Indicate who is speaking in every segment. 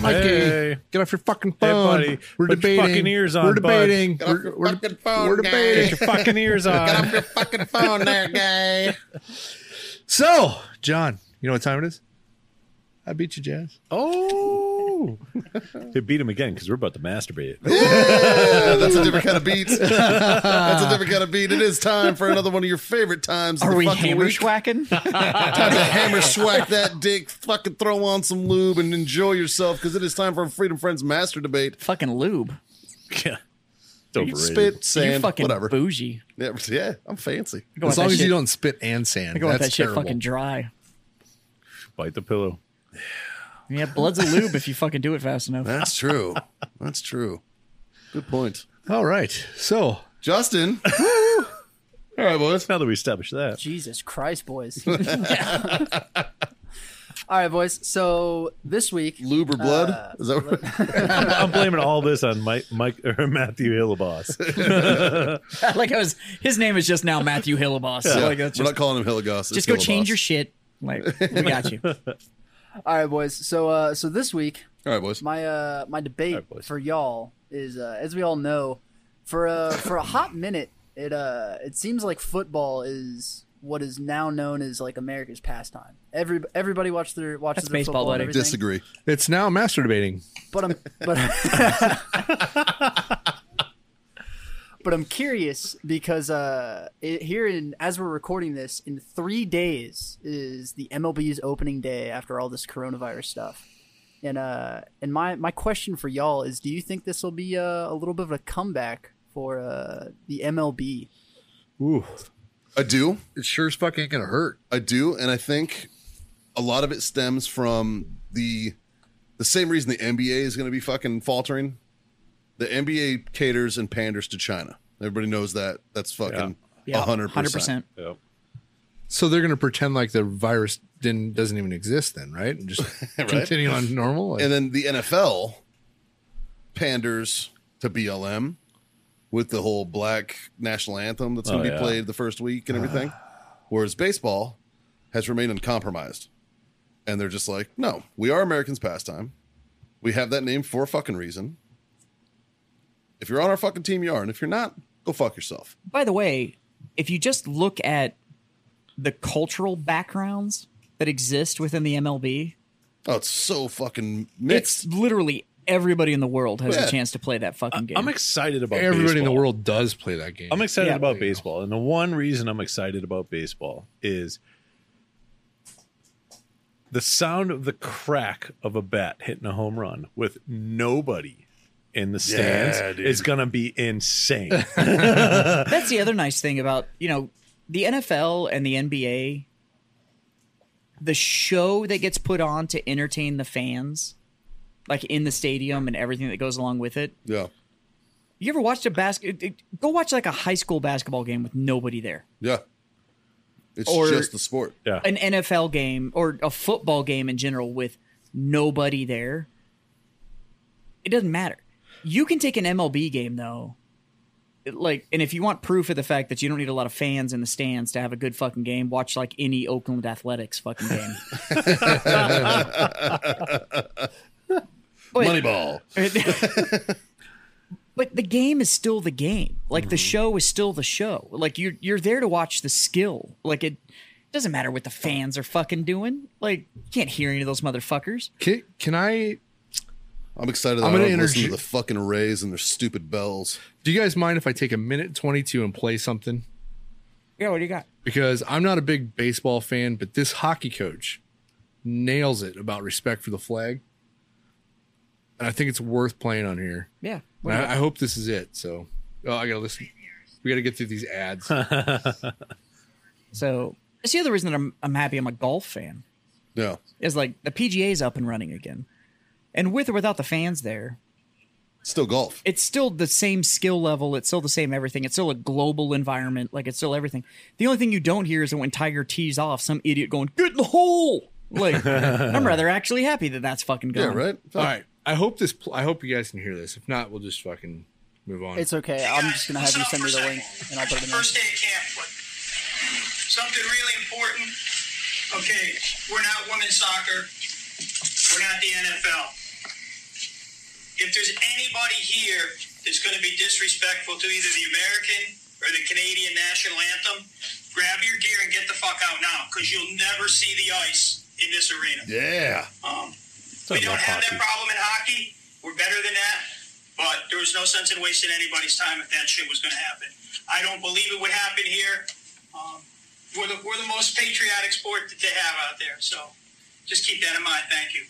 Speaker 1: Mikey,
Speaker 2: Hey.
Speaker 1: get off your fucking phone.
Speaker 2: buddy,
Speaker 1: We're
Speaker 2: put your
Speaker 1: debating.
Speaker 2: fucking ears on,
Speaker 1: We're
Speaker 2: bud.
Speaker 1: debating.
Speaker 3: off your
Speaker 1: We're, we're-
Speaker 3: fucking phone,
Speaker 1: we're
Speaker 3: guy.
Speaker 1: debating.
Speaker 2: Get your fucking ears on.
Speaker 3: your fucking phone there, guy.
Speaker 1: So, John, you know what time it is? I beat you, Jazz.
Speaker 2: Oh, they beat him again because we're about to masturbate.
Speaker 3: Yeah, Uh, that's a different kind of beat. That's a different kind of beat. It is time for another one of your favorite times. of
Speaker 4: Are
Speaker 3: the
Speaker 4: we
Speaker 3: fucking
Speaker 4: hammer
Speaker 3: week.
Speaker 4: schwacking?
Speaker 3: Time to hammer swack that dick. Fucking throw on some lube and enjoy yourself because it is time for a Freedom Friends master debate.
Speaker 4: fucking lube.
Speaker 2: Yeah. It's overrated.
Speaker 3: Spit,
Speaker 4: you
Speaker 3: sand,
Speaker 4: fucking
Speaker 3: whatever.
Speaker 4: bougie.
Speaker 3: Yeah, yeah, I'm fancy.
Speaker 4: I go
Speaker 1: As
Speaker 4: want
Speaker 1: long
Speaker 4: that
Speaker 1: as
Speaker 4: shit-
Speaker 1: you don't spit and sand.
Speaker 4: I go want
Speaker 1: That's
Speaker 4: that shit
Speaker 1: terrible.
Speaker 4: fucking dry.
Speaker 2: Bite the pillow.
Speaker 4: Yeah, blood's a lube if you fucking do it fast enough.
Speaker 3: That's true. That's true. Good point,
Speaker 1: All right. So,
Speaker 3: Justin. All right, boys.
Speaker 2: Now that we established that,
Speaker 5: Jesus Christ, boys. All right, boys. So this week,
Speaker 3: Lube or blood? is that what?
Speaker 2: I'm blaming all this on Mike, Mike or Matthew Hillaboss.
Speaker 4: like I was, his name is just now Matthew Hillaboss.
Speaker 3: Yeah,
Speaker 4: like that's
Speaker 3: we're not
Speaker 4: just,
Speaker 3: calling him Hilligoss.
Speaker 4: just go change your shit. Like we got you.
Speaker 5: all right, boys. So uh, so this week,
Speaker 3: All right, boys.
Speaker 5: my uh my debate
Speaker 2: right, boys.
Speaker 5: for y'all is uh, as we all know, for uh for a hot minute, it uh it seems like football is what is now known as like America's pastime. Every everybody watches their watches
Speaker 4: That's
Speaker 5: their
Speaker 4: baseball,
Speaker 5: football and
Speaker 4: buddy.
Speaker 5: everything.
Speaker 3: Disagree.
Speaker 1: it's now master debating.
Speaker 5: but I'm but but I'm curious because uh it, here in as we're recording this in 3 days is the MLB's opening day after all this coronavirus stuff. And uh and my my question for y'all is do you think this will be uh, a little bit of a comeback for uh the MLB?
Speaker 1: Ooh,
Speaker 3: I do.
Speaker 1: it sure is fucking going to hurt.
Speaker 3: I do, and I think a lot of it stems from the the same reason the NBA is going to be fucking faltering. The NBA caters and panders to China. Everybody knows that. That's fucking
Speaker 4: Yeah,
Speaker 3: hundred percent.
Speaker 2: Yep.
Speaker 1: So, they're going to pretend like the virus didn't doesn't even exist then, right? And just continue on normal. Like,
Speaker 3: And then the NFL panders to BLM with the whole black national anthem that's going
Speaker 2: Oh,
Speaker 3: to be
Speaker 2: yeah.
Speaker 3: played the first week and everything. Whereas baseball has remained uncompromised. And they're just like, no, we are Americans' pastime. We have that name for a fucking reason. If you're on our fucking team, you are. And if you're not, go fuck yourself.
Speaker 4: By the way, if you just look at the cultural backgrounds that exist within the MLB,
Speaker 3: Oh, it's so fucking
Speaker 4: it's
Speaker 3: mixed.
Speaker 4: literally everybody in the world has
Speaker 3: Yeah.
Speaker 4: a chance to play that fucking game.
Speaker 2: I'm excited about
Speaker 1: everybody in the
Speaker 2: baseball.
Speaker 1: world does play that game.
Speaker 2: I'm excited
Speaker 4: Yeah.
Speaker 2: about baseball, and the one reason I'm excited about baseball is the sound of the crack of a bat hitting a home run with nobody in the stands
Speaker 3: dude.
Speaker 2: is gonna be insane.
Speaker 4: That's the other nice thing about, you know, the NFL and the NBA, the show that gets put on to entertain the fans, like in the stadium and everything that goes along with it.
Speaker 3: yeah.
Speaker 4: You ever watched a basket? Go watch like a high school basketball game with nobody there,
Speaker 3: Yeah. It's
Speaker 4: Or-
Speaker 3: just the sport.
Speaker 2: yeah,
Speaker 4: an NFL game or a football game in general with nobody there. It doesn't matter. You can take an MLB game though. it- Like, and if you want proof of the fact that you don't need a lot of fans in the stands to have a good fucking game, watch like any Oakland Athletics fucking game. But-
Speaker 3: Moneyball.
Speaker 4: but the game is still the game. Like the show is still the show. Like you're you're there to watch the skill. Like it doesn't matter what the fans are fucking doing. Like you can't hear any of those motherfuckers.
Speaker 1: Can, can I
Speaker 3: I'm excited that
Speaker 1: I'm
Speaker 3: I'm
Speaker 1: gonna
Speaker 3: going to listen to
Speaker 1: interju-
Speaker 3: the fucking Rays and their stupid bells.
Speaker 1: Do you guys mind if I take a minute 22 and play something?
Speaker 4: Yeah, what do you got?
Speaker 1: Because I'm not a big baseball fan, but this hockey coach nails it about respect for the flag. And I think it's worth playing on here.
Speaker 4: Yeah.
Speaker 1: And I, I hope this is it. So, oh, I got to listen. We got to get through these ads.
Speaker 4: So that's the other reason that I'm I'm happy I'm a golf fan.
Speaker 3: Yeah.
Speaker 4: Is like the PGA's up and running again. And with or without the fans there,
Speaker 3: Still golf.
Speaker 4: it's still the same skill level. It's still the same everything. It's still a global environment. Like it's still everything. The only thing you don't hear is that when Tiger tees off, some idiot going get in the hole. Like I'm rather actually happy that that's fucking
Speaker 3: Yeah,
Speaker 4: going.
Speaker 3: right.
Speaker 1: All right. I hope this. Pl- I hope you guys can hear this. If not, we'll just fucking move on.
Speaker 5: It's okay. I'm just gonna have you send me the link, and I'll put it in. there.
Speaker 6: First day of camp, but something really important. Okay, we're not women's soccer. We're not the NFL. If there's anybody here that's going to be disrespectful to either the American or the Canadian national anthem, grab your gear and get the fuck out now, because you'll never see the ice in this arena.
Speaker 3: Yeah.
Speaker 6: Um,
Speaker 2: I
Speaker 6: we don't
Speaker 2: love
Speaker 6: have
Speaker 2: hockey.
Speaker 6: that problem in hockey. We're better than that. But there was no sense in wasting anybody's time if that shit was going to happen. I don't believe it would happen here. Um, we're, the, we're the most patriotic sport that they have out there. So just keep that in mind. Thank you.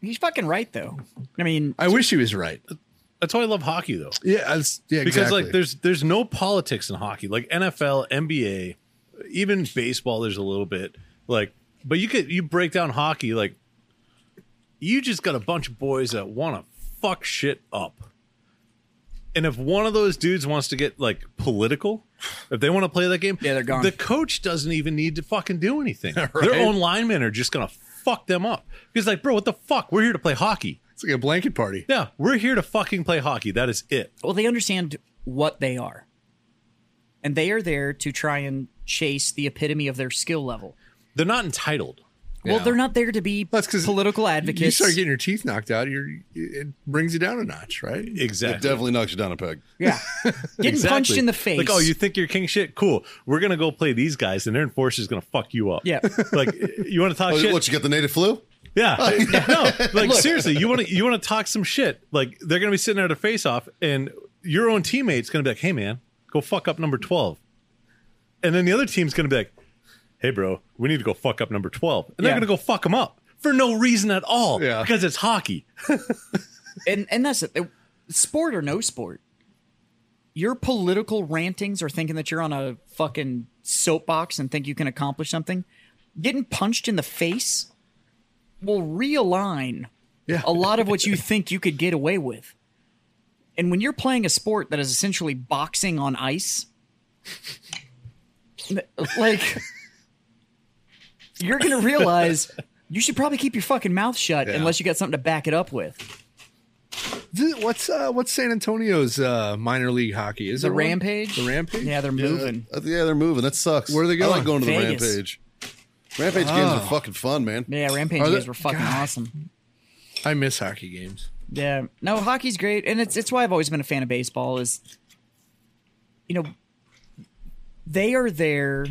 Speaker 4: He's fucking right though. I mean,
Speaker 1: I wish he was right.
Speaker 2: That's why I love hockey though.
Speaker 1: Yeah. I was- yeah.
Speaker 2: because
Speaker 1: exactly.
Speaker 2: like there's there's no politics in hockey like nfl nba even baseball there's a little bit like but you could you break down hockey like you just got a bunch of boys that want to fuck shit up and if one of those dudes wants to get like political if they want to play that game
Speaker 4: Yeah, they're gone.
Speaker 2: the coach doesn't even need to fucking do anything their own linemen are just gonna fuck them up because like bro what the fuck we're here to play hockey
Speaker 1: it's like a blanket party.
Speaker 2: yeah we're here to fucking play hockey that is it
Speaker 4: well, they understand what they are, and they are there to try and chase the epitome of their skill level.
Speaker 2: they're not entitled
Speaker 4: Well, they're not there to be
Speaker 1: That's because
Speaker 4: political
Speaker 1: You
Speaker 4: advocates.
Speaker 1: start getting your teeth knocked out. You're it brings you down a notch, right?
Speaker 2: Exactly.
Speaker 3: It definitely knocks you down a peg.
Speaker 4: yeah, getting
Speaker 2: Exactly.
Speaker 4: punched in the face.
Speaker 2: Like, oh, you think you're king shit? Cool. We're gonna go play these guys, and their enforcer's gonna fuck you up.
Speaker 4: Yeah.
Speaker 2: Like, you want to talk
Speaker 3: Oh,
Speaker 2: shit?
Speaker 3: what you got the native flu?
Speaker 2: yeah. no. Like, seriously, you want to you want to talk some shit? Like, they're gonna be sitting there to face off, and your own teammate's gonna be like, "Hey, man, go fuck up number 12. and then the other team's gonna be like, "Hey, bro, we need to go fuck up number 12. and they're
Speaker 4: Yeah.
Speaker 2: gonna go fuck them up for no reason at all.
Speaker 1: Yeah.
Speaker 2: Because it's hockey.
Speaker 4: and and that's it. Sport or no sport, your political rantings or thinking that you're on a fucking soapbox and think you can accomplish something, getting punched in the face will realign
Speaker 1: Yeah.
Speaker 4: a lot of what you think you could get away with. And when you're playing a sport that is essentially boxing on ice, like you're gonna realize you should probably keep your fucking mouth shut unless you got something to back it up with.
Speaker 1: Th- What's uh, what's San Antonio's uh, minor league hockey? Is
Speaker 4: The
Speaker 1: there one?
Speaker 4: Rampage?
Speaker 1: The Rampage.
Speaker 4: Yeah, they're moving.
Speaker 3: Uh, yeah, they're moving. That sucks.
Speaker 1: Where are they
Speaker 3: I
Speaker 1: going? Ah.
Speaker 3: like going to the
Speaker 4: Vegas.
Speaker 3: rampage. Rampage games are fucking fun, man.
Speaker 4: Yeah, Rampage
Speaker 1: Are they-
Speaker 4: games were fucking
Speaker 1: God.
Speaker 4: awesome.
Speaker 1: I miss hockey games.
Speaker 4: Yeah. No, hockey's great, and it's it's why I've always been a fan of baseball. Is you know they are there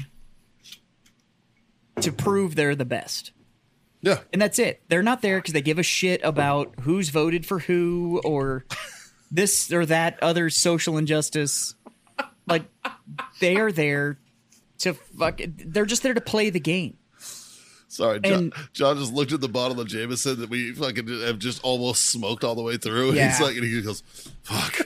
Speaker 4: to prove they're the best.
Speaker 3: Yeah.
Speaker 4: and that's it. They're not there because they give a shit about who's voted for who or this or that other social injustice. Like they are there to fuck. They're just there to play the game.
Speaker 3: Sorry, John,
Speaker 4: And-
Speaker 3: John just looked at the bottle of Jameson that we fucking have just almost smoked all the way through.
Speaker 4: Yeah.
Speaker 3: He's like, and he goes, fuck.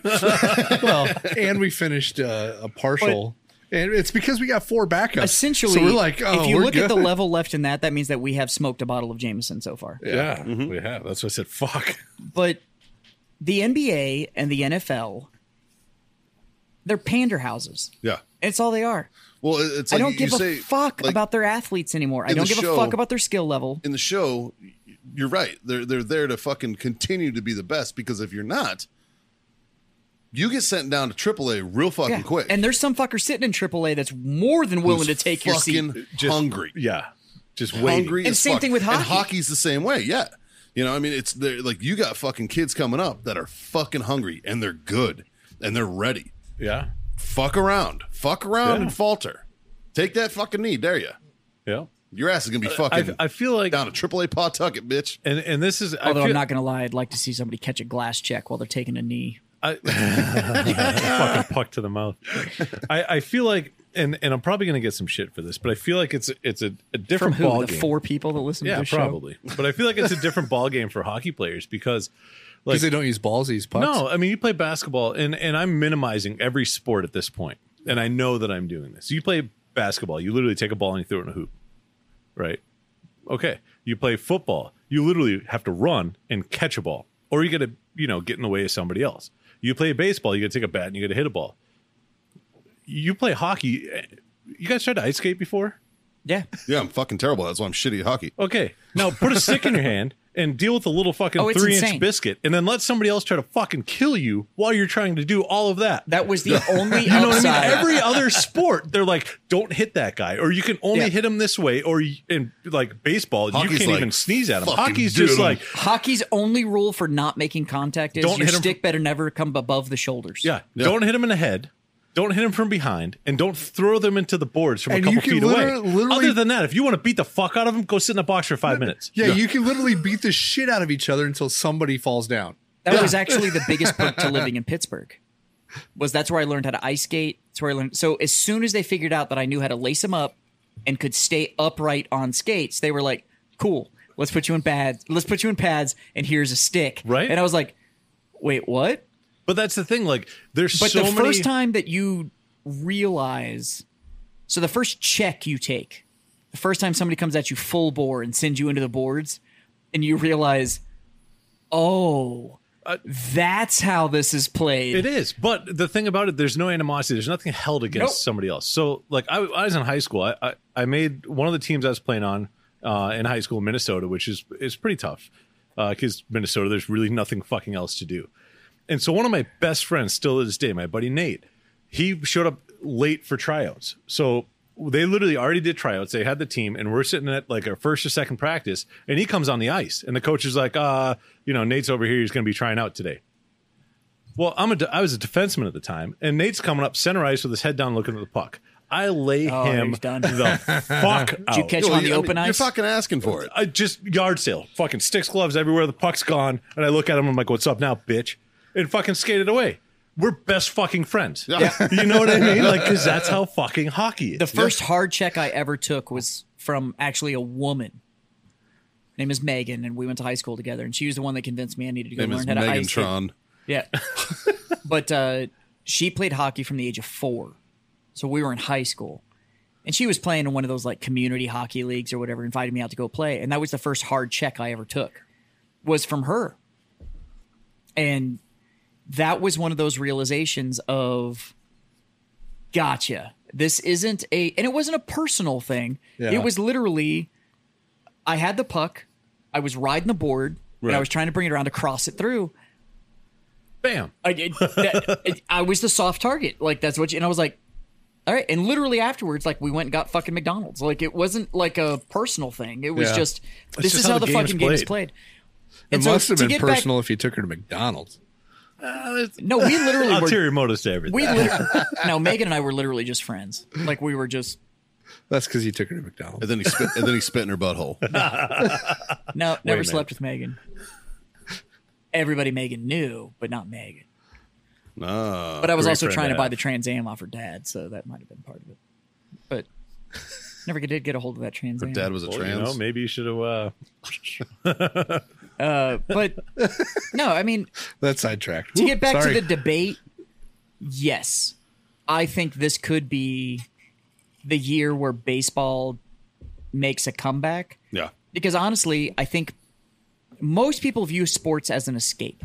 Speaker 1: well, and we finished uh, a partial, and it's because we got four backups.
Speaker 4: Essentially,
Speaker 1: so we're like, oh,
Speaker 4: if you
Speaker 1: we're
Speaker 4: look at the
Speaker 1: good.
Speaker 4: level left in that, that means that we have smoked a bottle of Jameson so far.
Speaker 2: Yeah, we have. That's why I said fuck.
Speaker 4: But the NBA and the NFL, they're pander houses.
Speaker 3: yeah.
Speaker 4: It's all they are.
Speaker 3: Well, it- it's like
Speaker 4: I don't
Speaker 3: you
Speaker 4: give a
Speaker 3: say,
Speaker 4: fuck
Speaker 3: like,
Speaker 4: about their athletes anymore. I
Speaker 3: in the
Speaker 4: don't give
Speaker 3: show-
Speaker 4: a fuck about their skill level.
Speaker 3: in the show, you're right. They're they're there to fucking continue to be the best because if you're not, you get sent down to AAA real fucking
Speaker 4: Yeah.
Speaker 3: quick.
Speaker 4: And there's some fucker sitting in AAA that's more than willing to
Speaker 3: Who's
Speaker 4: take your seat.
Speaker 3: fucking
Speaker 2: Just-
Speaker 3: hungry.
Speaker 2: Yeah. Just waiting.
Speaker 3: Hungry
Speaker 4: uh, And
Speaker 3: as
Speaker 4: same
Speaker 3: fuck.
Speaker 4: thing with
Speaker 3: And
Speaker 4: hockey.
Speaker 3: hockey's the same way. Yeah. You know, I mean, it's they're like you got fucking kids coming up that are fucking hungry and they're good and they're ready.
Speaker 2: Yeah.
Speaker 3: Fuck around, fuck around,
Speaker 2: Yeah.
Speaker 3: and falter. Take that fucking knee, dare you?
Speaker 2: Yeah.
Speaker 3: Your ass is gonna be fucking
Speaker 2: I, I feel like
Speaker 3: down to AAA Pawtucket, bitch.
Speaker 2: and and this is I
Speaker 4: Although
Speaker 2: feel,
Speaker 4: I'm not going to lie, I'd like to see somebody catch a glass check while they're taking a knee.
Speaker 2: I, fucking puck to the mouth. I, I feel like and and I'm probably gonna get some shit for this, but I feel like it's it's a, a
Speaker 4: From
Speaker 2: different
Speaker 4: who?
Speaker 2: ball
Speaker 4: The
Speaker 2: game.
Speaker 4: four people that listen to
Speaker 2: yeah,
Speaker 4: this
Speaker 2: probably. But I feel like it's a different ball game for hockey players because like
Speaker 1: because they don't use balls, they use pucks.
Speaker 2: no, I mean you play basketball, and and I'm minimizing every sport at this point, and I know that I'm doing this. You play basketball, you literally take a ball and you throw it in a hoop, right? Okay. You play football, you literally have to run and catch a ball, or you got to you know, get in the way of somebody else. You play baseball, you got to take a bat and you got to hit a ball. You play hockey. eh, You guys tried to ice skate before?
Speaker 4: Yeah.
Speaker 3: Yeah, I'm fucking terrible. That's why I'm shitty at hockey.
Speaker 2: Okay. Now put a stick in your hand and deal with a little fucking
Speaker 4: Oh,
Speaker 2: three
Speaker 4: it's insane.
Speaker 2: inch biscuit and then let somebody else try to fucking kill you while you're trying to do all of that.
Speaker 4: That was the only
Speaker 2: you know what I
Speaker 4: upside.
Speaker 2: mean? Every other sport, they're like, don't hit that guy, or you can only
Speaker 4: Yeah.
Speaker 2: hit him this way, or y- in like baseball, you
Speaker 3: Hockey's
Speaker 2: can't
Speaker 3: like,
Speaker 2: even sneeze at him.
Speaker 3: "Fucking
Speaker 2: Hockey's
Speaker 3: dude
Speaker 2: just
Speaker 3: him."
Speaker 2: like,
Speaker 4: Hockey's only rule for not making contact is
Speaker 2: Don't
Speaker 4: your
Speaker 2: hit 'em
Speaker 4: stick
Speaker 2: from-
Speaker 4: better never come above the shoulders.
Speaker 2: yeah,
Speaker 3: Yeah.
Speaker 2: don't hit him in the head. Don't hit him from behind and don't throw them into the boards from
Speaker 1: And
Speaker 2: a
Speaker 1: you
Speaker 2: couple
Speaker 1: can
Speaker 2: feet away.
Speaker 1: liter- literally-
Speaker 2: Other than that, if you want to beat the fuck out of him, go sit in a box for five minutes.
Speaker 1: Yeah, you can literally beat the shit out of each other until somebody falls down.
Speaker 4: That was actually the biggest perk to living in Pittsburgh. Was that's where I learned how to ice skate. That's where I learned. So as soon as they figured out that I knew how to lace them up and could stay upright on skates, they were like, "Cool, let's put you in pads. Let's put you in pads, and here's a stick."
Speaker 2: Right.
Speaker 4: And I was like, "Wait, what?"
Speaker 2: But that's the thing. Like, there's
Speaker 4: But
Speaker 2: so
Speaker 4: the
Speaker 2: many.
Speaker 4: first time that you realize, so the first check you take, the first time somebody comes at you full bore and sends you into the boards, and you realize, oh, that's how this is played.
Speaker 2: It is, but the thing about it, there's no animosity. There's nothing held against
Speaker 4: Nope.
Speaker 2: somebody else. So, like, I, I was in high school. I, I, I made one of the teams I was playing on uh, in high school, in Minnesota, which is is pretty tough because Minnesota, there's really nothing fucking else to do. And so, one of my best friends, still to this day, my buddy Nate, he showed up late for tryouts. So they literally already did tryouts. They had the team, and we're sitting at like our first or second practice, and he comes on the ice, and the coach is like, uh, you know, Nate's over here. He's going to be trying out today. Well, I'm a de- I was a defenseman at the time, and Nate's coming up center ice with his head down, looking at the puck. I lay
Speaker 4: Oh,
Speaker 2: him
Speaker 4: he's done.
Speaker 2: the fuck out.
Speaker 4: Did you catch
Speaker 3: Yo,
Speaker 4: him on the
Speaker 3: you- I mean,
Speaker 4: open
Speaker 3: You're
Speaker 4: ice?
Speaker 3: fucking asking for it.
Speaker 2: I just yard sale, fucking sticks, gloves everywhere. The puck's gone, and I look at him. I'm like, "What's up now, bitch?" And fucking skated away. We're best fucking friends. you know what I mean? Like, because that's how fucking hockey is.
Speaker 4: the first hard check I ever took was from actually a woman. Her name is Megan, and we went to high school together, and she was the one that convinced me I needed to go
Speaker 3: Name is
Speaker 4: learn how to ice skate.
Speaker 3: Megantron.
Speaker 4: Yeah. but uh, she played hockey from the age of four. So we were in high school. And she was playing in one of those like community hockey leagues or whatever, invited me out to go play. And that was the first hard check I ever took was from her. And that was one of those realizations of gotcha. This isn't a and it wasn't a personal thing. It was literally I had the puck, I was riding the board, and I
Speaker 2: Right.
Speaker 4: was trying to bring it around to cross it through.
Speaker 2: bam.
Speaker 4: I, it, that, it, I was the soft target. Like that's what, you, and I was like, all right. And literally afterwards, like we went and got fucking McDonald's. Like it wasn't like a personal thing. It was
Speaker 1: Yeah.
Speaker 4: just this
Speaker 2: just
Speaker 4: is
Speaker 2: how
Speaker 4: how the
Speaker 2: the game's
Speaker 4: fucking game is
Speaker 2: played.
Speaker 4: played.
Speaker 1: It
Speaker 4: And so
Speaker 1: must have
Speaker 4: to
Speaker 1: been
Speaker 4: get back-
Speaker 1: personal if you took her to McDonald's.
Speaker 4: no, we literally were.
Speaker 2: Ulterior motives to everything.
Speaker 4: We literally, no, Megan and I were literally just friends. Like we were just
Speaker 1: That's because you took her to McDonald's.
Speaker 3: And then he spit. and then he spit in her butthole.
Speaker 4: no,
Speaker 2: a
Speaker 4: never
Speaker 2: minute.
Speaker 4: slept with Megan. Everybody Megan knew, but not Megan.
Speaker 3: No.
Speaker 4: But I was
Speaker 2: Oh, great
Speaker 4: also
Speaker 2: friend
Speaker 4: trying
Speaker 2: to
Speaker 4: to buy
Speaker 2: have.
Speaker 4: the Trans Am off her dad, so that might have been part of it. But never did get a hold of that Trans Am.
Speaker 3: Dad was a
Speaker 2: Well,
Speaker 3: trans.
Speaker 2: You know, maybe you should have. Uh,
Speaker 4: Uh, but no, I mean,
Speaker 1: That's sidetracked.
Speaker 4: to get back
Speaker 1: Sorry.
Speaker 4: to the debate, yes, I think this could be the year where baseball makes a comeback
Speaker 3: yeah.
Speaker 4: because honestly, I think most people view sports as an escape.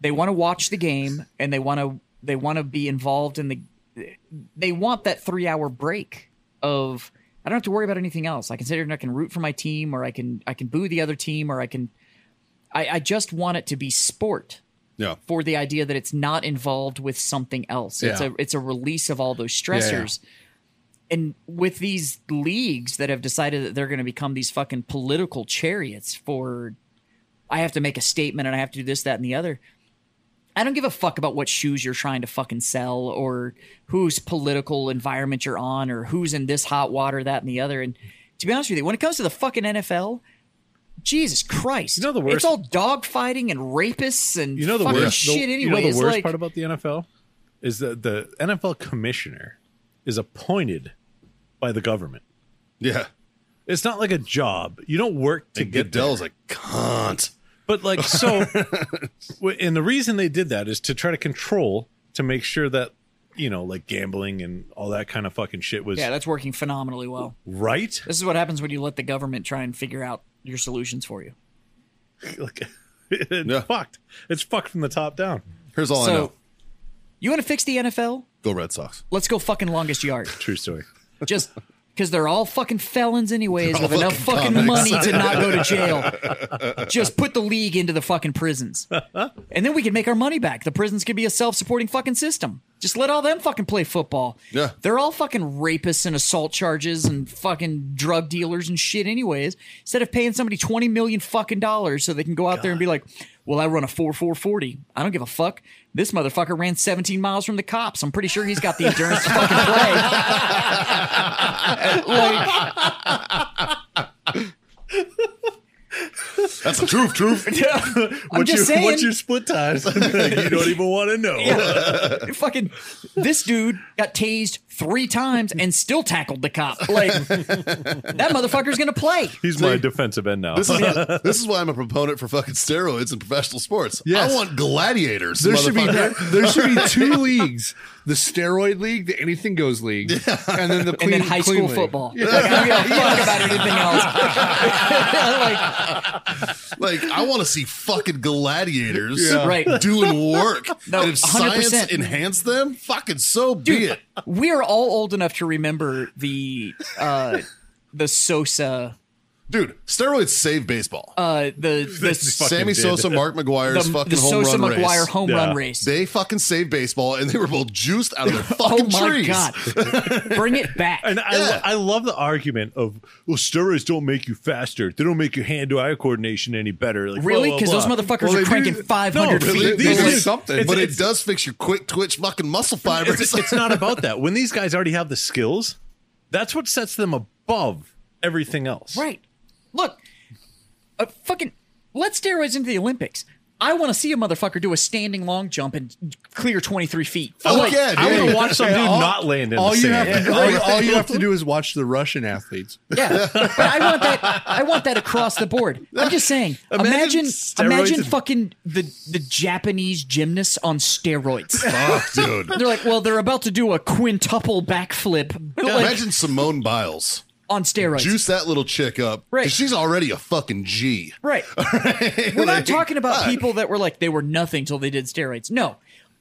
Speaker 4: They want to watch the game and they want to they want to be involved in the they want that 3-hour break of I don't have to worry about anything else. I can sit here and I can root for my team or I can I can boo the other team or I can I, I just want it to be sport
Speaker 3: Yeah.
Speaker 4: for the idea that it's not involved with something else. It's
Speaker 1: Yeah.
Speaker 4: a it's a release of all those
Speaker 1: yeah.
Speaker 4: stressors. And with these leagues that have decided that they're going to become these fucking political chariots for I have to make a statement and I have to do this that and the other. I don't give a fuck about what shoes you're trying to fucking sell or whose political environment you're on or who's in this hot water that and the other and to be honest with you, when it comes to the fucking NFL, Jesus Christ.
Speaker 2: You know the worst-
Speaker 4: It's all dogfighting and rapists and
Speaker 2: you know the
Speaker 4: fucking
Speaker 2: worst.
Speaker 4: shit
Speaker 2: the,
Speaker 4: anyway.
Speaker 2: you know the
Speaker 4: It's
Speaker 2: worst
Speaker 4: like-
Speaker 2: part about the NFL is that the NFL commissioner is appointed by the government.
Speaker 3: Yeah.
Speaker 2: It's not like a job. You don't work to
Speaker 3: And
Speaker 2: get there.
Speaker 3: Goodell's a cunt.
Speaker 2: But like so, w- and the reason they did that is to try to control to make sure that you know, like gambling and all that kind of fucking shit was
Speaker 4: Yeah, that's working phenomenally well.
Speaker 2: right.
Speaker 4: This is what happens when you let the government try and figure out your solutions for you.
Speaker 2: Like, it's
Speaker 3: Yeah.
Speaker 2: fucked. It's fucked from the top down.
Speaker 3: Here's
Speaker 2: Oh,
Speaker 3: all I know.
Speaker 4: So, you want to fix the NFL?
Speaker 3: Go Red Sox.
Speaker 4: Let's go fucking longest yard.
Speaker 2: True story.
Speaker 4: Just because they're all fucking felons, anyways, with
Speaker 3: all
Speaker 4: enough
Speaker 3: fucking
Speaker 4: fucking
Speaker 3: comics.
Speaker 4: money to not go to jail. Just put the league into the fucking prisons. And then we could make our money back. The prisons could be a self supporting fucking system. Just let all them fucking play football.
Speaker 3: Yeah.
Speaker 4: They're all fucking rapists and assault charges and fucking drug dealers and shit, anyways. Instead of paying somebody 20 million fucking dollars so they can go out there and be like, well, I run a 4440. I don't give a fuck. This motherfucker ran 17 miles from the cops. I'm pretty sure he's got the endurance to fucking play.
Speaker 3: That's the truth, truth.
Speaker 4: I'm
Speaker 2: What's
Speaker 4: just
Speaker 2: your,
Speaker 4: saying.
Speaker 2: What's your split times? you don't even want to know.
Speaker 4: fucking this dude got tased three times and still tackled the cop. Like that motherfucker's gonna play.
Speaker 2: He's my defensive end now.
Speaker 3: This is, this is why I'm a proponent for fucking steroids in professional sports.
Speaker 1: Yes.
Speaker 3: I want gladiators.
Speaker 1: There should be
Speaker 3: motherfucker.
Speaker 1: there should be two leagues: the steroid league, the anything goes league, and then the
Speaker 4: And
Speaker 1: clean,
Speaker 4: then high
Speaker 1: clean
Speaker 4: school
Speaker 1: league.
Speaker 4: football. Like, I don't give a fuck about anything else.
Speaker 3: like I want to see fucking gladiators,
Speaker 1: Yeah.
Speaker 4: Right.
Speaker 3: doing work.
Speaker 4: No,
Speaker 3: and if science
Speaker 4: 100%.
Speaker 3: enhanced them, fucking so be it.
Speaker 4: like we are all old enough to remember the uh the Sosa,
Speaker 3: Dude, steroids save baseball.
Speaker 4: uh the the
Speaker 2: fucking
Speaker 3: Sammy
Speaker 2: did.
Speaker 3: Sosa, Mark
Speaker 4: the,
Speaker 3: McGuire's fucking
Speaker 4: the
Speaker 3: home
Speaker 4: Sosa
Speaker 3: run
Speaker 4: McGuire
Speaker 3: race.
Speaker 4: home
Speaker 2: Yeah.
Speaker 4: run race.
Speaker 3: They fucking saved baseball, and they were both juiced out of their
Speaker 4: oh
Speaker 3: fucking
Speaker 4: my
Speaker 3: trees.
Speaker 4: god! Bring it back.
Speaker 2: And I,
Speaker 3: Yeah.
Speaker 2: I love the argument of well, steroids don't make you faster. They don't make your hand-to-eye coordination any better. Like,
Speaker 4: Really?
Speaker 2: blah, blah,
Speaker 4: Because those
Speaker 2: blah.
Speaker 4: motherfuckers
Speaker 1: Well, they
Speaker 4: are
Speaker 1: do-
Speaker 4: cranking
Speaker 1: No,
Speaker 4: 500
Speaker 2: really,
Speaker 4: feet.
Speaker 2: these
Speaker 1: They were
Speaker 2: dudes-
Speaker 1: something.
Speaker 2: it's-
Speaker 3: but
Speaker 2: it's-
Speaker 3: it does fix your quick twitch fucking muscle fibers.
Speaker 2: It's, it's not about that. When these guys already have the skills, that's what sets them above everything else.
Speaker 4: Right. Look, uh, fucking let steroids into the Olympics. I want to see a motherfucker do a standing long jump and clear 23 feet.
Speaker 3: Oh,
Speaker 4: Like,
Speaker 3: yeah,
Speaker 2: I
Speaker 3: dude.
Speaker 2: want to watch some dude not land in
Speaker 1: all
Speaker 2: the
Speaker 1: you
Speaker 2: sand.
Speaker 1: have to all, you- all you have to do is watch the Russian athletes.
Speaker 4: yeah. But I want that. I want that across the board. I'm just saying.
Speaker 2: Imagine
Speaker 4: Imagine,
Speaker 2: steroids
Speaker 4: imagine
Speaker 2: and-
Speaker 4: fucking the the Japanese gymnasts on steroids.
Speaker 3: Fuck, dude.
Speaker 4: They're like, well, they're about to do a quintuple backflip like,
Speaker 3: Imagine Simone Biles.
Speaker 4: on steroids.
Speaker 3: Juice that little chick up. 'cause
Speaker 4: Right.
Speaker 3: She's already a fucking G.
Speaker 4: Right. We're not
Speaker 3: Like,
Speaker 4: talking about
Speaker 3: fuck.
Speaker 4: people that were like they were nothing till they did steroids. No.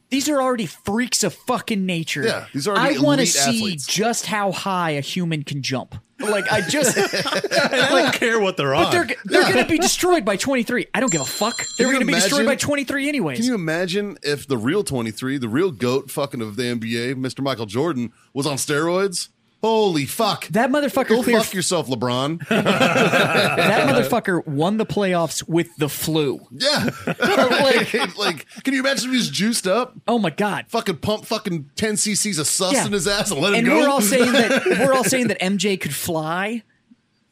Speaker 4: These are already freaks of fucking nature.
Speaker 3: Yeah, these are already
Speaker 4: I wanna
Speaker 3: elite
Speaker 4: see
Speaker 3: athletes.
Speaker 4: just how high a human can jump. Like I just
Speaker 2: I don't care what they're on.
Speaker 4: they're they're going to be destroyed by 23. I don't give a fuck. They're
Speaker 3: you
Speaker 4: going to be destroyed by
Speaker 3: imagine-
Speaker 4: 23 anyways.
Speaker 3: Can you imagine if the real 23, the real goat fucking of the NBA, Mr. Michael Jordan, was on steroids? Holy fuck.
Speaker 4: that motherfucker
Speaker 3: Go
Speaker 4: clear,
Speaker 3: fuck yourself, LeBron.
Speaker 4: that motherfucker won the playoffs with the flu.
Speaker 3: yeah.
Speaker 4: Like,
Speaker 3: like, can you imagine if he's juiced up?
Speaker 4: oh my god.
Speaker 3: Fucking pump fucking 10 cc's of sus
Speaker 4: Yeah.
Speaker 3: in his ass and let him
Speaker 4: And
Speaker 3: go.
Speaker 4: we're all saying that we're all saying that MJ could fly.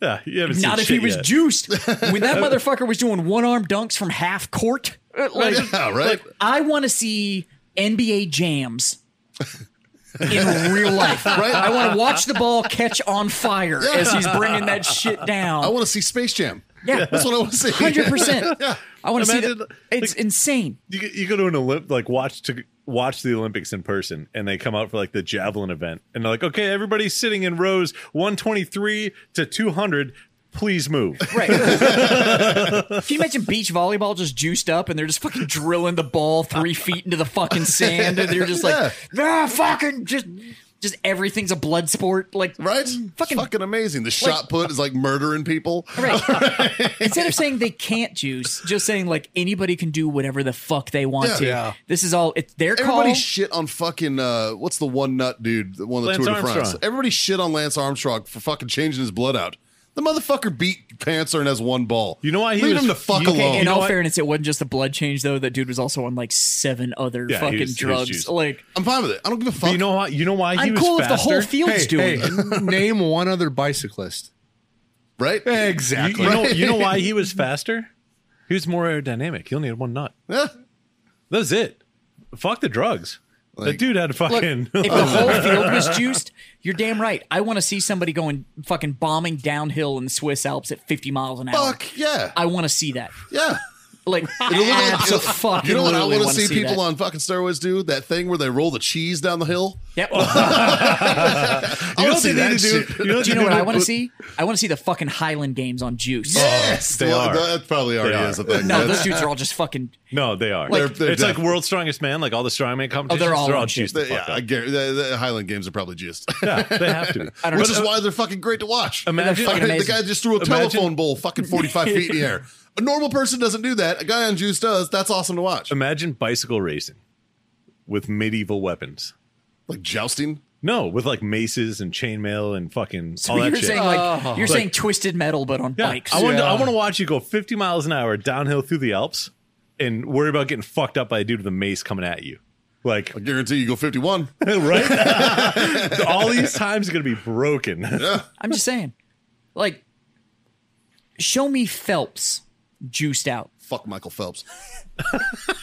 Speaker 2: yeah, you haven't
Speaker 4: Not
Speaker 2: seen
Speaker 4: if he
Speaker 2: shit
Speaker 4: was
Speaker 2: yet.
Speaker 4: juiced. When that motherfucker was doing one arm dunks from half court, uh, like
Speaker 3: yeah, right?
Speaker 4: I want to see NBA jams in real life.
Speaker 3: Right.
Speaker 4: I want to watch the ball catch on fire as he's bringing that shit
Speaker 3: I
Speaker 4: down.
Speaker 3: want to see Space Jam.
Speaker 4: Yeah.
Speaker 3: That's what I want to see.
Speaker 4: Hundred percent. I want to see
Speaker 2: Imagine,
Speaker 4: that. It's
Speaker 2: like-
Speaker 4: insane.
Speaker 2: You, go- you go to an Olymp, like watch to watch the Olympics in person, and they come out for like the javelin event, and they're like, okay, everybody's sitting in rows 123 to 200. Please move.
Speaker 4: Right. Can you imagine beach volleyball just juiced up and they're just fucking drilling the ball three feet into the fucking sand and they're just like, ah, fucking just, just everything's a blood sport. Like,
Speaker 3: Right? Fucking, fucking amazing. The shot put is like murdering people.
Speaker 4: Right. Instead of saying they can't juice, just saying like anybody can do whatever the fuck they want
Speaker 3: Yeah.
Speaker 4: to.
Speaker 1: Yeah.
Speaker 4: This is all it's their
Speaker 3: Everybody
Speaker 4: call.
Speaker 3: shit on fucking uh, what's the one nut dude that won the
Speaker 2: Lance
Speaker 3: Tour de France?
Speaker 2: Armstrong.
Speaker 3: Everybody shit on Lance Armstrong for fucking changing his blood out. The motherfucker beat Panzer and has one ball.
Speaker 2: You know why he
Speaker 3: Leave
Speaker 2: was-
Speaker 3: him to fuck
Speaker 2: you- okay,
Speaker 3: alone.
Speaker 4: in
Speaker 2: know
Speaker 4: all
Speaker 2: what?
Speaker 4: fairness, it wasn't just the blood change though. That dude was also on like seven other
Speaker 2: Yeah, he
Speaker 4: fucking
Speaker 2: was- he was
Speaker 4: drugs.
Speaker 2: juiced.
Speaker 4: like
Speaker 3: I'm fine with it. I don't give a
Speaker 2: But
Speaker 3: fuck.
Speaker 2: you know why? You know why he
Speaker 4: I'm
Speaker 2: was
Speaker 4: cool if
Speaker 2: faster?
Speaker 4: the whole field's
Speaker 1: Hey,
Speaker 4: doing
Speaker 1: hey,
Speaker 4: it.
Speaker 1: name one other bicyclist.
Speaker 3: right?
Speaker 2: You,
Speaker 1: Exactly.
Speaker 2: you know, you know why he was faster? He was more aerodynamic. He only had one nut.
Speaker 3: Yeah.
Speaker 2: That's it. Fuck the drugs.
Speaker 3: Like-
Speaker 2: that dude had
Speaker 4: Look,
Speaker 2: fucking.
Speaker 4: if the whole field was juiced, you're damn right. I want to see somebody going fucking bombing downhill in the Swiss Alps at 50 miles an hour.
Speaker 3: Fuck yeah.
Speaker 4: I want to see that.
Speaker 3: yeah.
Speaker 4: Like,
Speaker 3: You know what I-
Speaker 4: absolutely.
Speaker 3: you know what I
Speaker 4: want to
Speaker 3: see people
Speaker 4: that.
Speaker 3: on fucking steroids do? That thing where they roll the cheese down the hill.
Speaker 4: Yep.
Speaker 2: You know what
Speaker 7: see
Speaker 2: they
Speaker 7: that
Speaker 2: need to
Speaker 7: shit.
Speaker 2: do? You know,
Speaker 4: Do you know what I want to see? I want to see the fucking Highland games on Juice.
Speaker 3: Oh,
Speaker 7: Yes,
Speaker 2: they
Speaker 7: Well,
Speaker 2: are.
Speaker 7: That probably already
Speaker 2: are.
Speaker 7: is a thing.
Speaker 4: No,
Speaker 7: That's-
Speaker 4: those dudes are all just fucking.
Speaker 2: No, they are.
Speaker 7: They're- they're
Speaker 2: it's
Speaker 7: def-
Speaker 2: like World's Strongest Man. Like all the strongman competitions,
Speaker 4: Oh, they're all
Speaker 2: they're
Speaker 4: on
Speaker 2: all
Speaker 4: shit.
Speaker 2: juiced the
Speaker 7: yeah,
Speaker 2: fuck
Speaker 7: I
Speaker 2: up.
Speaker 7: guarantee the, the Highland games are probably just.
Speaker 2: Yeah, they have to.
Speaker 4: I don't
Speaker 7: Which
Speaker 4: know.
Speaker 7: is why they're fucking great to watch.
Speaker 2: Imagine-
Speaker 4: fucking
Speaker 7: the
Speaker 4: amazing.
Speaker 7: guy just threw a
Speaker 2: Imagine-
Speaker 7: telephone bowl fucking 45 feet in the air. A normal person doesn't do that. A guy on juice does. That's awesome to watch.
Speaker 2: Imagine bicycle racing with medieval weapons.
Speaker 7: Like jousting.
Speaker 2: No, with like maces and chainmail and fucking
Speaker 4: So
Speaker 2: all that
Speaker 4: you're
Speaker 2: shit.
Speaker 4: saying like
Speaker 1: Oh.
Speaker 4: you're saying twisted metal, but on
Speaker 2: yeah,
Speaker 4: bikes.
Speaker 2: I want to.
Speaker 1: Yeah.
Speaker 2: I want to watch you go 50 miles an hour downhill through the Alps and worry about getting fucked up by a dude with a mace coming at you. Like
Speaker 7: I guarantee you go 51.
Speaker 2: right? all these times are gonna be broken.
Speaker 4: I'm just saying, like, show me Phelps juiced out.
Speaker 7: Fuck Michael Phelps.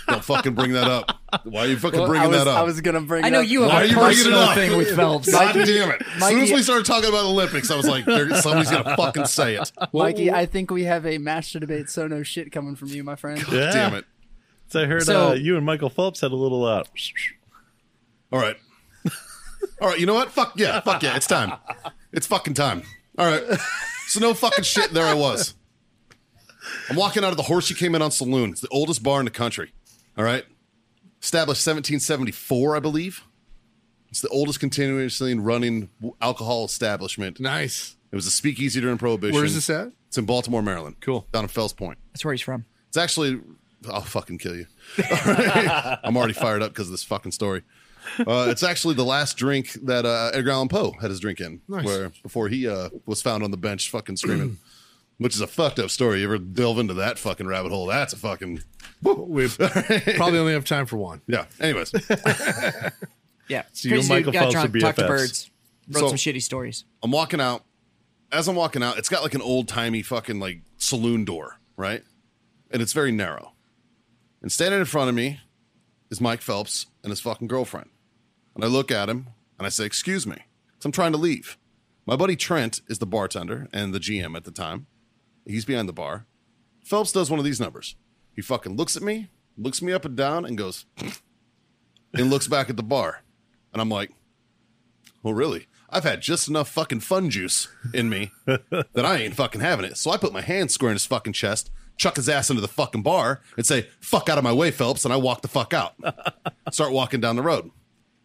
Speaker 7: Don't fucking bring that up. Why are you fucking
Speaker 5: Well,
Speaker 7: bringing
Speaker 5: I was,
Speaker 7: that up?
Speaker 5: I was gonna bring.
Speaker 4: I
Speaker 5: it
Speaker 4: know
Speaker 5: up.
Speaker 4: you
Speaker 7: Why are
Speaker 4: have a
Speaker 7: you bringing it
Speaker 4: personal
Speaker 7: up?
Speaker 4: thing with Phelps.
Speaker 7: God damn it. As soon as
Speaker 5: Mikey-
Speaker 7: we started talking about Olympics, I was like, there, somebody's going to fucking say it.
Speaker 5: Mikey. I think we have a match to debate. So no shit coming from you, my friend.
Speaker 2: Yeah.
Speaker 7: Damn it.
Speaker 2: So I heard
Speaker 4: So-
Speaker 2: uh, you and Michael Phelps had a little. Uh,
Speaker 7: All right. All right. You know what? Fuck yeah. Fuck yeah. It's time. It's fucking time. All right. So no fucking shit. There I was. I'm walking out of the horse you came in on saloon. It's the oldest bar in the country. All right. Established 1774, I believe. It's the oldest continuously running w- alcohol establishment.
Speaker 1: Nice.
Speaker 7: It was a speakeasy during Prohibition.
Speaker 1: Where's this at?
Speaker 7: It's in Baltimore, Maryland.
Speaker 1: Cool.
Speaker 7: Down in Fells Point.
Speaker 4: That's where he's from.
Speaker 7: It's actually, I'll fucking kill you. All right. I'm already fired up because of this fucking story. Uh, it's actually the last drink that uh, Edgar Allan Poe had his drink in,
Speaker 1: Nice.
Speaker 7: where before he uh, was found on the bench fucking screaming, which is a fucked up story. You ever delve into that fucking rabbit hole? That's a fucking
Speaker 1: We probably only have time for one.
Speaker 7: yeah. Anyways,
Speaker 4: Yeah,
Speaker 2: So you and
Speaker 4: Crazy dude
Speaker 2: Michael
Speaker 4: got
Speaker 2: Phelps
Speaker 4: drunk,
Speaker 2: are
Speaker 4: talked to
Speaker 2: BFFs.
Speaker 4: birds, wrote
Speaker 7: So-
Speaker 4: some shitty stories.
Speaker 7: I'm walking out. As I'm walking out, it's got like an old timey fucking like saloon door, right? And it's very narrow. And standing in front of me is Mike Phelps and his fucking girlfriend. And I look at him and I say, Excuse me, because I'm trying to leave. My buddy Trent is the bartender and the GM at the time. He's behind the bar. Phelps does one of these numbers. He fucking looks at me, looks me up and down, and goes, and looks back at the bar. And I'm like, well, really? I've had just enough fucking fun juice in me that I ain't fucking having it. So I put my hand square in his fucking chest, chuck his ass into the fucking bar, and say, fuck out of my way, Phelps. And I walk the fuck out. Start walking down the road.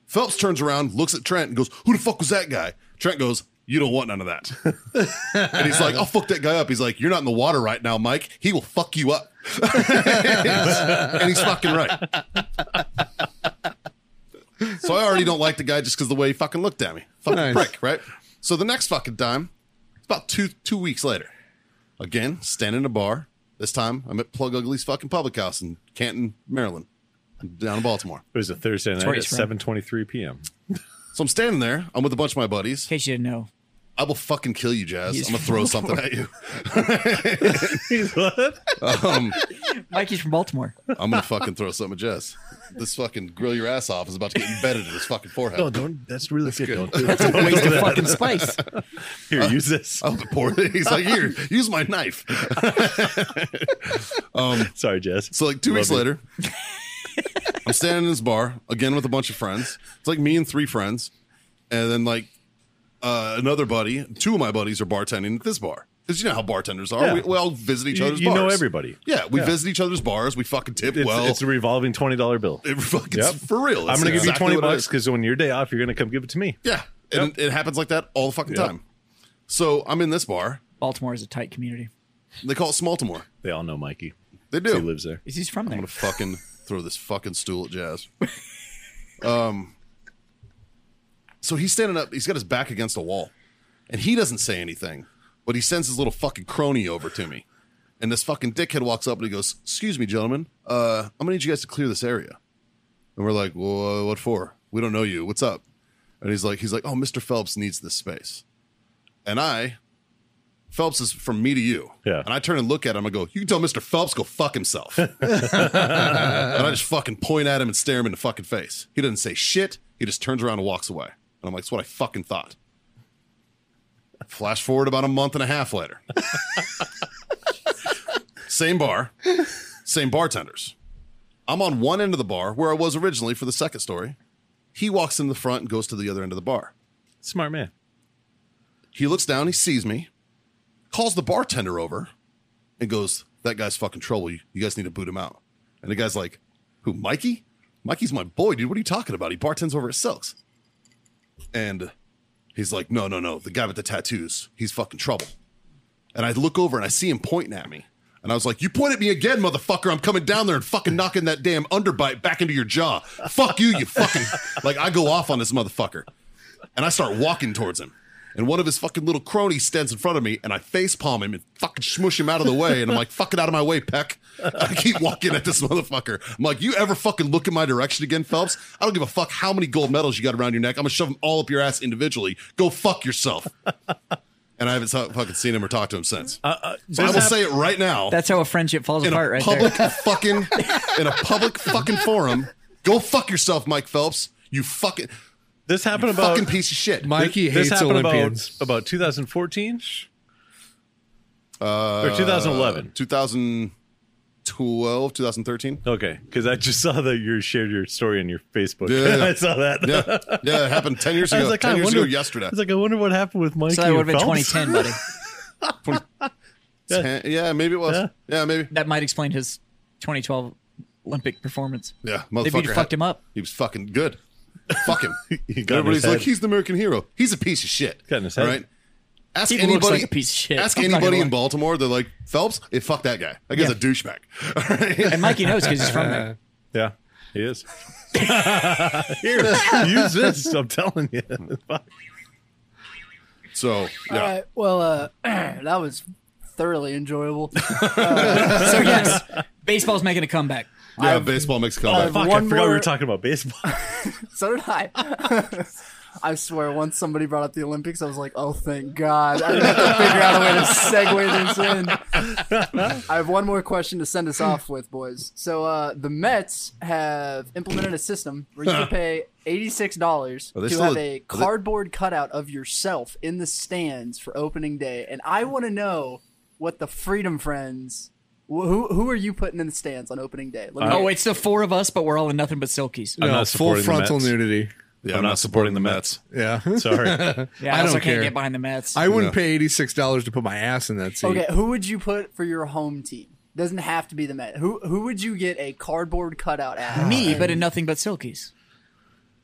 Speaker 7: Phelps turns around, looks at Trent, and goes, Who the fuck was that guy? Trent goes, You don't want none of that. and he's like, I'll fuck that guy up. He's like, You're not in the water right now, Mike. He will fuck you up. and he's fucking right. So I already don't like the guy just because the way he fucking looked at me. Fucking
Speaker 1: Nice.
Speaker 7: prick, right? So the next fucking time, it's about two two weeks later. Again, standing in a bar. This time I'm at Plug Ugly's fucking public house in Canton, Maryland. Down in Baltimore.
Speaker 2: it was a Thursday night
Speaker 4: where
Speaker 2: at
Speaker 4: he's from.
Speaker 2: 7:23 p.m.
Speaker 7: So I'm standing there. I'm with a bunch of my
Speaker 4: In
Speaker 7: buddies.
Speaker 4: case you didn't know,
Speaker 7: I will fucking kill you, Jazz.
Speaker 4: He's
Speaker 7: I'm gonna throw something at you.
Speaker 4: Mikey's from Baltimore.
Speaker 7: I'm gonna fucking throw something at Jazz. This fucking grill your ass off is about to get embedded in his fucking forehead.
Speaker 2: No, don't. That's really sick. Don't do
Speaker 4: That's a
Speaker 2: it.
Speaker 4: waste of fucking spice.
Speaker 2: Here, use this.
Speaker 7: Oh, the poor thing. He's like, here, use my knife.
Speaker 2: Sorry, Jess.
Speaker 7: So like two weeks
Speaker 2: Love you.
Speaker 7: later, I'm standing in this bar again with a bunch of friends. It's like me and three friends, and then like uh, another buddy. Two of my buddies are bartending at this bar because you know how bartenders are.
Speaker 2: Yeah.
Speaker 7: We, we all visit each
Speaker 2: You-
Speaker 7: other's.
Speaker 2: you know
Speaker 7: bars.
Speaker 2: everybody.
Speaker 7: Yeah, we
Speaker 2: Yeah.
Speaker 7: visit each other's bars. We fucking tip
Speaker 2: It's,
Speaker 7: well.
Speaker 2: it's a revolving twenty dollar bill.
Speaker 7: it fucking
Speaker 2: Yep.
Speaker 7: for real.
Speaker 2: I'm
Speaker 7: It's
Speaker 2: gonna give
Speaker 7: exactly
Speaker 2: you twenty
Speaker 7: what it
Speaker 2: bucks
Speaker 7: is.
Speaker 2: because when you're day off, you're gonna come give it to me.
Speaker 7: Yeah, and it happens like that all the fucking
Speaker 2: Yep.
Speaker 7: time. So I'm in this bar.
Speaker 4: Baltimore is a tight community.
Speaker 7: They call it Smaltimore.
Speaker 2: They all know Mikey.
Speaker 7: They do.
Speaker 2: He lives there.
Speaker 4: Is he's from there?
Speaker 7: I'm gonna fucking throw this fucking stool at Jazz. Um, so he's standing up. He's got his back against a wall, and he doesn't say anything, but he sends his little fucking crony over to me, and this fucking dickhead walks up and he goes, "Excuse me, gentlemen. Uh, I'm gonna need you guys to clear this area." And we're like, well, "What for? We don't know you. What's up?" And he's like, "He's like, oh, Mr. Phelps needs this space," and I. Phelps is from me to you.
Speaker 2: Yeah.
Speaker 7: And I turn and look at him. I go, You can tell Mr. Phelps go fuck himself and I just fucking point at him and stare him in the fucking face. He doesn't say shit. He just turns around and walks away. And I'm like, that's what I fucking thought. Flash forward about a month and a half later. same bar, same bartenders. I'm on one end of the bar where I was originally for the second story.
Speaker 3: He walks in the front and goes to the other end of the bar.
Speaker 2: Smart man.
Speaker 3: He looks down, he sees me, calls the bartender over, and goes, That guy's fucking trouble. You, you guys need to boot him out. And the guy's like, Who, Mikey? Mikey's my boy, dude. What are you talking about? He bartends over at Silks. And he's like, No, no, no. The guy with the tattoos, he's fucking trouble. And I look over and I see him pointing at me. And I was like, You point at me again, motherfucker. I'm coming down there and fucking knocking that damn underbite back into your jaw. Fuck you, you fucking. Like, I go off on this motherfucker. And I start walking towards him. And one of his fucking little cronies stands in front of me, and I face palm him and fucking smush him out of the way. And I'm like, fucking out of my way, Peck. I keep walking at this motherfucker. I'm like, you ever fucking look in my direction again, Phelps? I don't give a fuck how many gold medals you got around your neck. I'm gonna shove them all up your ass individually. Go fuck yourself. and I haven't so- fucking seen him or talked to him since.
Speaker 2: Uh,
Speaker 3: so I will say it right now
Speaker 4: That's how a friendship falls
Speaker 3: in
Speaker 4: apart
Speaker 3: a
Speaker 4: right
Speaker 3: public
Speaker 4: there.
Speaker 3: fucking in a public fucking forum. Go fuck yourself, Mike Phelps. You fucking
Speaker 2: This happened about
Speaker 3: fucking piece of shit.
Speaker 1: Mikey
Speaker 2: this
Speaker 1: hates
Speaker 2: happened
Speaker 1: Olympians.
Speaker 2: about about 2014
Speaker 7: Uh,
Speaker 2: or 2011.
Speaker 3: 2012, 2013.
Speaker 2: Okay, because I just saw that you shared your story on your Facebook.
Speaker 3: Yeah.
Speaker 2: I saw that.
Speaker 3: Yeah, yeah, it happened 10 years
Speaker 2: I
Speaker 3: ago.
Speaker 2: was like,
Speaker 3: 10
Speaker 2: I
Speaker 3: years
Speaker 2: wonder,
Speaker 3: ago yesterday.
Speaker 2: I was like, I wonder what happened with Mikey.
Speaker 4: So that
Speaker 2: and
Speaker 4: would have been
Speaker 2: Phelps.
Speaker 4: 2010, buddy.
Speaker 3: Ten- yeah, maybe it was.
Speaker 2: Yeah.
Speaker 3: Yeah, maybe.
Speaker 4: That might explain his 2012 Olympic performance.
Speaker 3: Yeah,
Speaker 4: They
Speaker 3: motherfucker.
Speaker 4: beat
Speaker 3: had-
Speaker 4: fucked him up.
Speaker 3: He was fucking good. Fuck him.
Speaker 2: He got in his
Speaker 3: Everybody's
Speaker 2: head.
Speaker 3: like, he's the American hero. He's a piece of shit.
Speaker 2: Got in his head.
Speaker 3: All right? Ask
Speaker 4: He looks
Speaker 3: anybody.
Speaker 4: like a piece of shit.
Speaker 3: Ask
Speaker 4: I'm not gonna
Speaker 3: anybody in
Speaker 4: lie.
Speaker 3: Baltimore. They're like, Phelps, it fucked that guy. That guy's
Speaker 4: Yeah.
Speaker 3: a douchebag. All right?
Speaker 4: And Mikey knows because he's from there.
Speaker 2: Yeah, he is. Here, use this. I'm telling you.
Speaker 3: So, yeah.
Speaker 5: All right. Well, uh, that was thoroughly enjoyable.
Speaker 4: So yes, baseball's making a comeback.
Speaker 3: Yeah, baseball makes a comeback.
Speaker 2: Fuck, I
Speaker 5: uh, One
Speaker 2: forgot we were
Speaker 5: more-
Speaker 2: talking about baseball.
Speaker 5: So did I. I swear, once somebody brought up the Olympics, I was like, "Oh, thank God!" I have to figure out a way to segue this in. I have one more question to send us off with, boys. So uh, the Mets have implemented a system where you can pay eighty-six dollars
Speaker 3: Are they
Speaker 5: to
Speaker 3: still
Speaker 5: have
Speaker 3: a-
Speaker 5: a
Speaker 3: are they-
Speaker 5: cardboard cutout of yourself in the stands for opening day, and I want to know what the Freedom Friends. wh- Who who are you putting in the stands on opening day? Let me
Speaker 4: oh, it's the four of us, but we're all in nothing but silkies.
Speaker 2: I'm
Speaker 1: No,
Speaker 2: not
Speaker 1: full
Speaker 2: supporting the
Speaker 1: frontal
Speaker 2: Mets.
Speaker 1: nudity.
Speaker 3: Yeah,
Speaker 2: I'm not supporting the Mets.
Speaker 1: Yeah.
Speaker 2: Sorry.
Speaker 4: Yeah,
Speaker 1: I
Speaker 4: I,
Speaker 1: don't
Speaker 4: also can't
Speaker 1: care.
Speaker 4: get behind the Mets.
Speaker 1: I wouldn't
Speaker 3: Yeah.
Speaker 1: pay eighty six dollars to put my ass in that seat.
Speaker 5: Okay, who would you put for your home team? Doesn't have to be the Met. Who who would you get a cardboard cutout at?
Speaker 4: Me, but in nothing but silkies.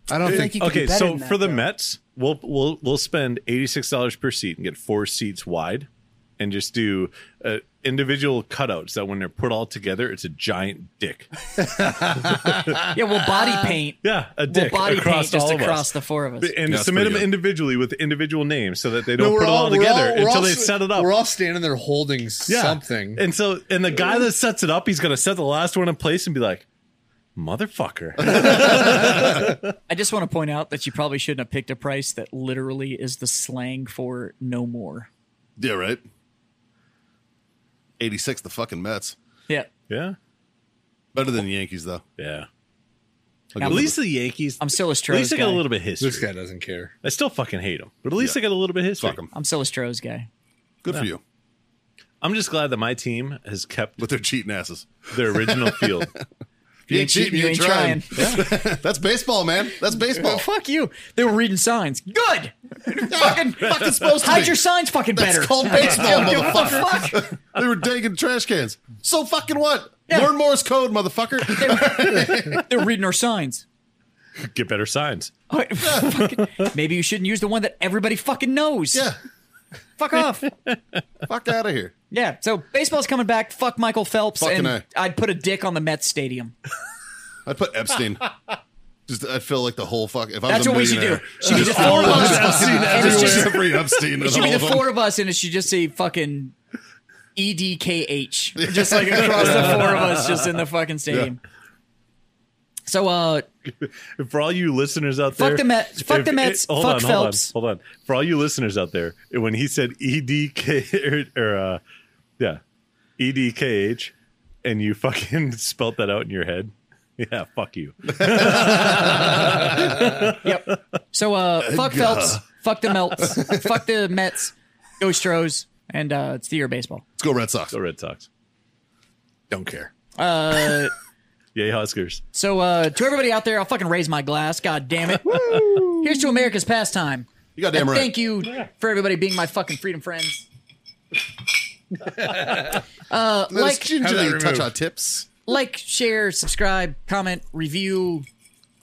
Speaker 1: I don't think.
Speaker 5: you could
Speaker 2: okay,
Speaker 5: do better
Speaker 2: so
Speaker 5: than that,
Speaker 2: for the
Speaker 5: though.
Speaker 2: Mets, we'll we'll we'll spend eighty six dollars per seat and get four seats wide, and just do uh, individual cutouts that when they're put all together, it's a giant dick.
Speaker 4: Yeah, well, body paint.
Speaker 2: Yeah, a
Speaker 4: Well,
Speaker 2: dick
Speaker 4: body
Speaker 2: across
Speaker 4: paint just
Speaker 2: all of
Speaker 4: across
Speaker 2: us.
Speaker 4: the four of us.
Speaker 2: and
Speaker 3: That's
Speaker 2: submit them
Speaker 3: pretty good.
Speaker 2: individually with individual names so that they
Speaker 1: No,
Speaker 2: don't put it all
Speaker 1: we're
Speaker 2: together
Speaker 1: we're
Speaker 2: until
Speaker 1: all-
Speaker 2: they set it up.
Speaker 1: We're all standing there holding something.
Speaker 2: And so, and the guy that sets it up, he's gonna set the last one in place and be like, "Motherfucker!"
Speaker 4: I just want to point out that you probably shouldn't have picked a price that literally is the slang for no more.
Speaker 3: Yeah, right. 86, the fucking Mets.
Speaker 4: Yeah.
Speaker 2: yeah,
Speaker 3: Better than the Yankees, though.
Speaker 2: yeah.
Speaker 3: I'll give
Speaker 4: Now,
Speaker 2: At
Speaker 3: them-
Speaker 2: least the Yankees.
Speaker 4: I'm still a
Speaker 2: at least
Speaker 4: Stros
Speaker 2: they got
Speaker 4: guy.
Speaker 2: a little bit of history.
Speaker 1: this guy doesn't care.
Speaker 2: I still fucking hate them, but at least they got a little bit of history.
Speaker 3: fuck 'em.
Speaker 4: I'm still a Stros guy.
Speaker 3: Good for you.
Speaker 2: I'm just glad that my team has kept
Speaker 3: With their cheating asses.
Speaker 2: their original field.
Speaker 3: You ain't
Speaker 4: ain't
Speaker 3: cheating, you ain't trying. That's baseball, man. That's baseball.
Speaker 4: Oh, Fuck you. They were reading signs. Good.
Speaker 3: fucking, fucking supposed to
Speaker 4: Hide
Speaker 3: be.
Speaker 4: your signs fucking
Speaker 3: That's
Speaker 4: better.
Speaker 3: called baseball,
Speaker 4: I don't give a
Speaker 3: motherfucker.
Speaker 4: fuck.
Speaker 3: They were digging trash cans. So fucking what?
Speaker 4: Yeah.
Speaker 3: Learn Morse code, motherfucker.
Speaker 4: They're reading our signs.
Speaker 2: Get better signs.
Speaker 4: I- fucking- Maybe you shouldn't use the one that everybody fucking knows.
Speaker 3: yeah.
Speaker 4: Fuck off.
Speaker 3: Fuck out of here.
Speaker 4: Yeah. So baseball's coming back. Fuck Michael Phelps.
Speaker 3: Fucking
Speaker 4: and
Speaker 3: A.
Speaker 4: I'd put a dick on the Mets stadium.
Speaker 3: I'd put Epstein. Just I feel like the whole fuck. If I was
Speaker 4: That's
Speaker 3: a
Speaker 4: what we should do.
Speaker 3: millionaire,
Speaker 4: Should be the four of us. And it's just-
Speaker 3: every Epstein.
Speaker 4: It
Speaker 3: and
Speaker 4: should
Speaker 3: all
Speaker 4: be the
Speaker 3: of them.
Speaker 4: four of us, and it should just say fucking E EDKH, just like across the four of us, just in the fucking stadium. So, uh,
Speaker 2: For all you listeners out
Speaker 4: Fuck
Speaker 2: there,
Speaker 4: the Mets. Fuck the Mets.
Speaker 2: hold
Speaker 4: Fuck
Speaker 2: on,
Speaker 4: Phelps.
Speaker 2: Hold on, hold on. For all you listeners out there, when he said EDK or, or uh, yeah, E EDKH, and you fucking spelt that out in your head, yeah, fuck you.
Speaker 4: yep. So, uh, fuck Phelps, fuck the Melts, fuck the Mets, go Stros, and uh, it's the year of baseball.
Speaker 3: Let's go Red Sox.
Speaker 2: Go Red Sox.
Speaker 1: Don't care.
Speaker 2: Yay, Huskers.
Speaker 4: So uh, to everybody out there, I'll fucking raise my glass. God damn it. Here's to America's pastime.
Speaker 3: You got damn
Speaker 4: And
Speaker 3: right.
Speaker 4: Thank you for everybody being my fucking freedom friends. uh,
Speaker 3: Let us
Speaker 4: like,
Speaker 3: gingerly
Speaker 1: that
Speaker 3: touch
Speaker 1: removed?
Speaker 3: our tips.
Speaker 4: like, share, subscribe, comment, review,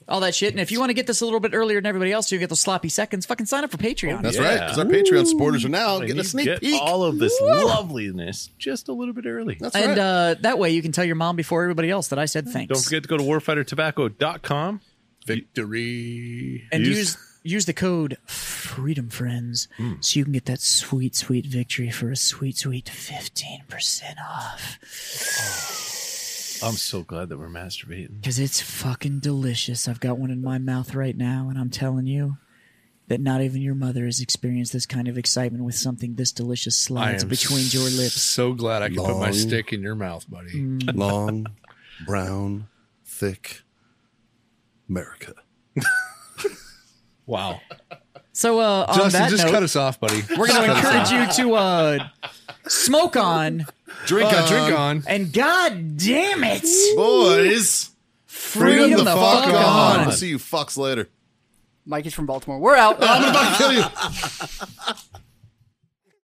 Speaker 4: all that shit. And if you want to get this a little bit earlier than everybody else, so you get those sloppy seconds. Fucking sign up for Patreon.
Speaker 3: That's
Speaker 2: Yeah.
Speaker 3: right, because our Patreon supporters are now
Speaker 2: And
Speaker 3: getting a
Speaker 2: you
Speaker 3: sneak
Speaker 2: get
Speaker 3: peek.
Speaker 2: all of this loveliness just a little bit early.
Speaker 3: That's
Speaker 4: and
Speaker 3: right.
Speaker 4: uh, that way you can tell your mom before everybody else that I said thanks.
Speaker 2: Don't forget to go to warfightertobacco.com.
Speaker 1: Victory.
Speaker 4: and
Speaker 2: Use-
Speaker 4: use use, the code freedom friends
Speaker 3: Hmm.
Speaker 4: so you can get that sweet sweet victory for a sweet sweet 15% off
Speaker 2: I'm so glad that we're masturbating.
Speaker 4: because it's fucking delicious i've got one in my mouth right now and i'm telling you that not even your mother has experienced this kind of excitement with something this delicious slides between your lips
Speaker 1: So glad I could put my
Speaker 3: Long.
Speaker 1: stick in your mouth, buddy.
Speaker 3: Long, brown, thick America.
Speaker 1: Wow.
Speaker 4: so uh on
Speaker 1: Justin,
Speaker 4: that
Speaker 1: just
Speaker 4: note
Speaker 1: cut us off, buddy.
Speaker 4: we're gonna encourage you to uh smoke on
Speaker 3: Drink
Speaker 1: Uh,
Speaker 3: on,
Speaker 1: drink on.
Speaker 4: and god damn it
Speaker 3: boys. the,
Speaker 4: freedom,
Speaker 3: fuck, on.
Speaker 2: on.
Speaker 3: We'll see you fucks later.
Speaker 5: Mike is from Baltimore. We're out.
Speaker 3: I'm about to kill you.